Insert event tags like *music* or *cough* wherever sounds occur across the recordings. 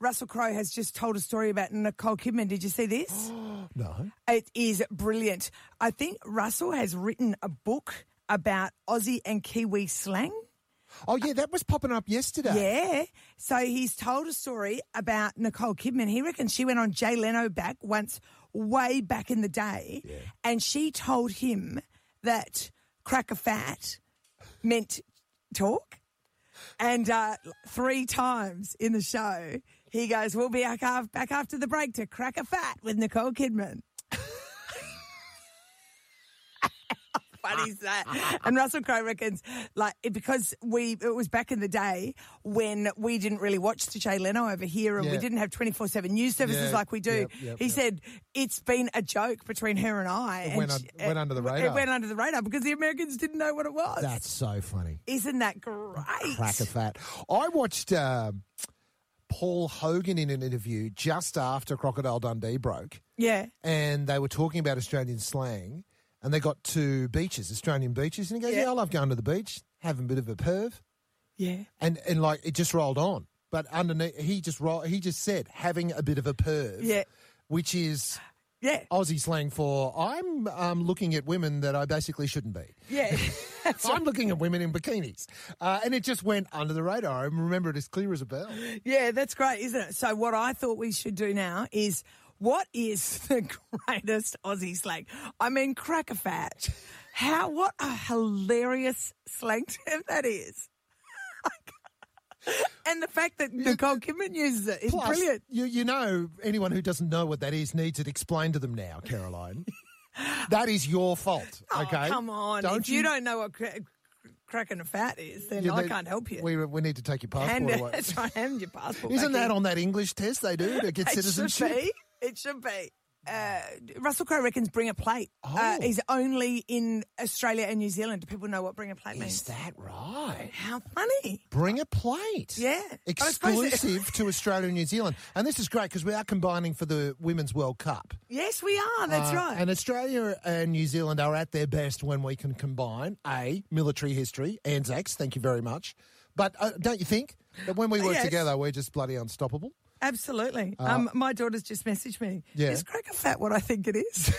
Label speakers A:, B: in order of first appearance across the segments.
A: Russell Crowe has just told a story about Nicole Kidman. Did you see this?
B: No.
A: It is brilliant. I think Russell has written a book about Aussie and Kiwi slang.
B: Oh, yeah, that was popping up yesterday.
A: Yeah. So he's told a story about Nicole Kidman. He reckons she went on Jay Leno back once, way back in the day, and she told him that crack a fat meant talk. And uh, three times in the show, he goes, "We'll be back, af- back after the break to crack a fat with Nicole Kidman." *laughs* funny is that? And Russell Crowe reckons, like, it- because we, it was back in the day when we didn't really watch the Jay Leno over here and we
B: Yeah.
A: didn't have 24 7 news services
B: Yeah,
A: like we do.
B: yep, yep,
A: he
B: yep.
A: said, it's been a joke between her and I. and
B: went un-
A: she-
B: went under the
A: It
B: radar.
A: went under the radar because the Americans didn't know what it was.
B: That's so funny.
A: Isn't that great?
B: Crack of that. I watched um Paul Hogan in an interview just after Crocodile Dundee broke,
A: Yeah.
B: and they were talking about Australian slang, and they got to beaches, Australian beaches, and he goes,
A: Yeah.
B: yeah I love going to the beach, having a bit of a perv.
A: Yeah.
B: and and like it just rolled on. But underneath, he just roll, he just said having a bit of a perv,
A: Yeah.
B: which is
A: Yeah.
B: Aussie slang for I'm um, looking at women that I basically shouldn't be.
A: Yeah. *laughs*
B: I'm looking at women in bikinis, uh, and it just went under the radar. I remember it as clear as
A: *gasps*
B: a bell.
A: Yeah, that's great, isn't it? So, what I thought we should do now is what is *laughs* the greatest Aussie slang? I mean, crack a fat. How, what a hilarious slang *laughs* term that is. *laughs* and the fact that Nicole Kidman uses it is
B: Plus,
A: brilliant.
B: You you know anyone who doesn't know what that is needs it explained to them now,
A: *laughs*
B: Caroline. that is your fault.
A: Oh,
B: okay,
A: come on.
B: Don't
A: if you, don't know what cra- cracking a fat is, then
B: you-
A: I
B: they-
A: can't help you.
B: We, we need to take your passport
A: and *laughs*
B: away.
A: that's right, hand your passport.
B: Isn't
A: back
B: that
A: in.
B: on that English test they do to
A: *laughs*
B: get
A: It
B: citizenship?
A: Should be. It should be. Uh, Russell Crowe reckons bring a plate uh,
B: Oh.
A: is only in Australia and New Zealand. Do people know what bring a plate means?
B: Is that right?
A: How funny.
B: Bring a plate.
A: Yeah. I suppose it-
B: Exclusive to Australia and New Zealand. And this is great because we are combining for the Women's World Cup.
A: *laughs* Yes, we are. That's
B: Uh,
A: right.
B: And Australia and New Zealand are at their best when we can combine A, military history, Anzacs, thank you very much. But uh, don't you think that when we work
A: Yes.
B: together, we're just bloody unstoppable?
A: Absolutely. um, my daughter's just messaged me.
B: Uh, Yeah.
A: Is crack a fat what I think it is?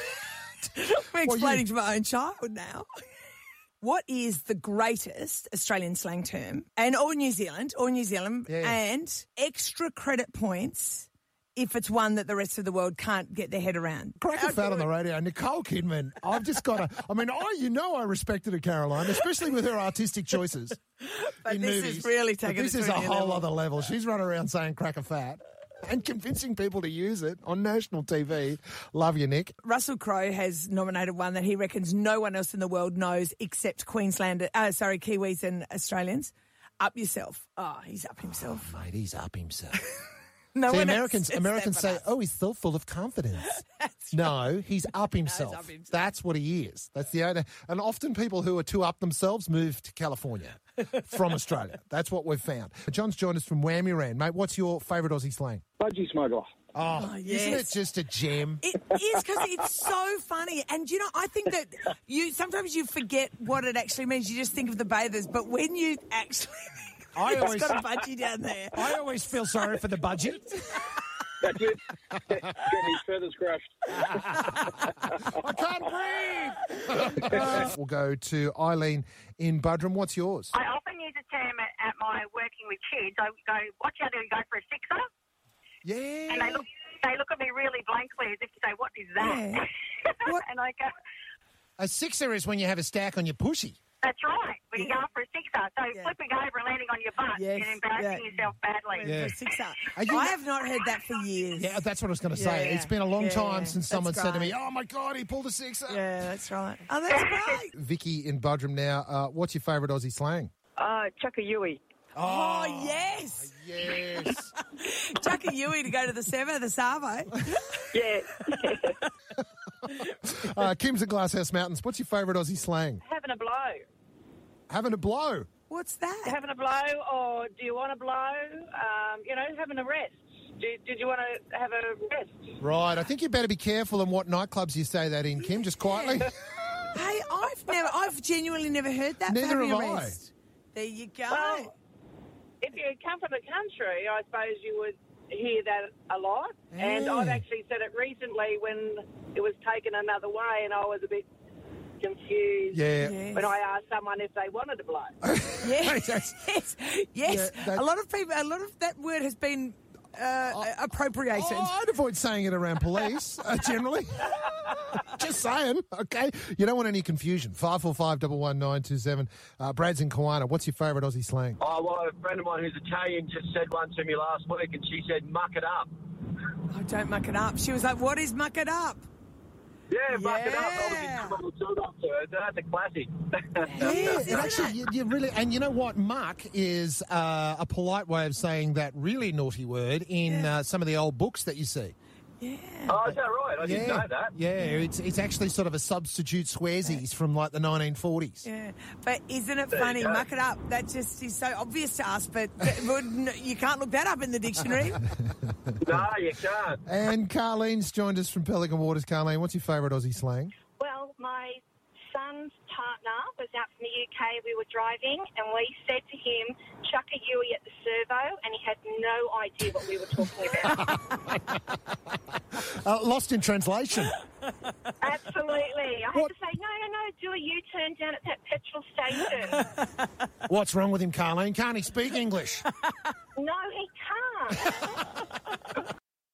A: *laughs* I'm explaining
B: you-
A: to my own child now. *laughs* What is the greatest Australian slang term? And all New Zealand, all New Zealand,
B: Yeah.
A: and extra credit points if it's one that the rest of the world can't get their head around.
B: Crack
A: How
B: a fat
A: good.
B: on the radio. Nicole Kidman, I've just got to. I mean, I, you know I respected her, Caroline, especially with her artistic choices.
A: *laughs* But
B: in
A: this is
B: movies.
A: really
B: But
A: taking
B: This
A: it
B: is
A: to
B: a
A: a new
B: whole
A: level.
B: other level. She's run around saying crack a fat and convincing people to use it on national TV. Love you, Nick.
A: Russell Crowe has nominated one that he reckons no one else in the world knows except Queenslander, uh, sorry, Kiwis and Australians. Up yourself. Oh, he's up himself.
B: Mate, he's up himself.
A: No
B: See,
A: one else
B: Americans
A: says that
B: Americans
A: but
B: say,
A: us.
B: "Oh, he's so full of *laughs* confidence." no, he's up himself.
A: up himself.
B: That's what he is. That's the owner. And often people who are too up themselves move to California *laughs* from Australia. That's what we've found. John's joined us from Whammyran, mate. What's your favourite Aussie slang?
C: Budgie smuggler.
B: Oh, isn't it
A: yes.
B: just a gem?
A: It is because it's so funny, and you know I think that you sometimes you forget what it actually means. You just think of the bathers, but when you actually, *laughs* think,
B: I
A: it's
B: always-
A: got a budgie down there.
B: I always feel sorry for the budget.
C: That's it. *laughs* Get get his feathers crushed.
B: *laughs* I can't breathe. *laughs* we'll go to Eileen in Budrum. What's yours?
D: I often use a term at, at my working with kids. I go, watch out there, you go for a sixer.
B: Yeah.
D: And they look, they look at me really blankly as if to say, what is that?
A: Yeah.
D: *laughs* and I go,
B: A sixer is when you have a stack on your pushy.
D: that's right, when you go for a sixer. So
A: Yeah.
D: flipping over and landing on your butt
A: Yes,
D: and embarrassing
A: yeah.
D: yourself badly.
B: *laughs* Yeah.
A: Six up.
B: Are you-
A: I have not heard that for years.
B: Yeah, that's what I was going to
A: Yeah,
B: say.
A: yeah.
B: It's been a long
A: Yeah,
B: time
A: yeah.
B: since
A: That's
B: someone said to
A: great.
B: me, "Oh my god, he pulled a sixer."
A: Yeah, that's right. Oh, that's great.
B: Vicky in Budrum now. Uh, what's your favourite Aussie slang?
E: Uh, Chucka Yui.
A: Oh, yes.
B: yes.
A: Chuck a Yui to go to the Sevo, the Savo.
E: Yeah.
B: *laughs* uh, Kim's in Glasshouse Mountains. What's your favourite Aussie slang?
E: *laughs* having a blow.
B: Having a blow.
A: What's that?
E: Having a blow, or do you want a blow? Um, you know, having a rest. Do, did you want to have a rest?
B: Right. I think you better be careful on what nightclubs you say that in, Kim. Just quietly.
A: Hey, I've never, I've genuinely never heard that.
B: *laughs* Neither
A: Fabio
B: have I.
A: Rest. There you go.
E: Well, if you come from the country, I suppose you would hear that a lot, and
B: Yeah.
E: I've actually said it recently when it was taken another way, and I was a bit confused
B: Yeah.
A: Yeah.
E: when I asked someone if they wanted to blow.
A: *laughs* Yes, yes, yes.
B: Yeah, that-
A: a lot of people, a lot of that word has been uh, appropriated.
B: Oh, I'd avoid saying it around police uh, generally. *laughs* Just saying, okay. You don't want any confusion. Five four five double one nine two seven. Uh, Brad's in Kiwana. What's your favourite Aussie slang?
F: Oh, well, a friend of mine who's Italian just said one to me last week, and she said, muck it up.
A: Oh, don't muck it up. She was like, "What is muck it up?"
F: Yeah, muck it up.
A: Yeah.
F: I was in trouble to her. That's a classic. *laughs*
A: Yes,
B: it
A: isn't
B: actually,
A: it?
B: you, you really, and you know what? Muck is uh, a polite way of saying that really naughty word in uh, some of the old books that you see.
F: oh, is that right? I didn't know that.
B: yeah, it's it's actually sort of a substitute swearsies from like the 1940s.
A: Yeah, but isn't it funny?
F: go.
A: Muck it up. That just is so obvious to us, but it wouldn't- you can't look that up in the
B: *laughs*
A: dictionary.
F: No, you can't.
B: And Carlene's joined us from Pelican Waters. Carlene, what's your favourite Aussie slang?
G: Well, my son's partner was out from the UK. We were driving, and we said to him, "Chuck a Yui at the servo," and he had no idea what we were talking about.
B: Uh, lost in translation.
A: *laughs*
G: Absolutely, I had
B: What?
G: to say, "No, no, no, do a U-turn down at that petrol station."
B: What's wrong with him, Carlene? Can't he speak English?
G: no, he can't.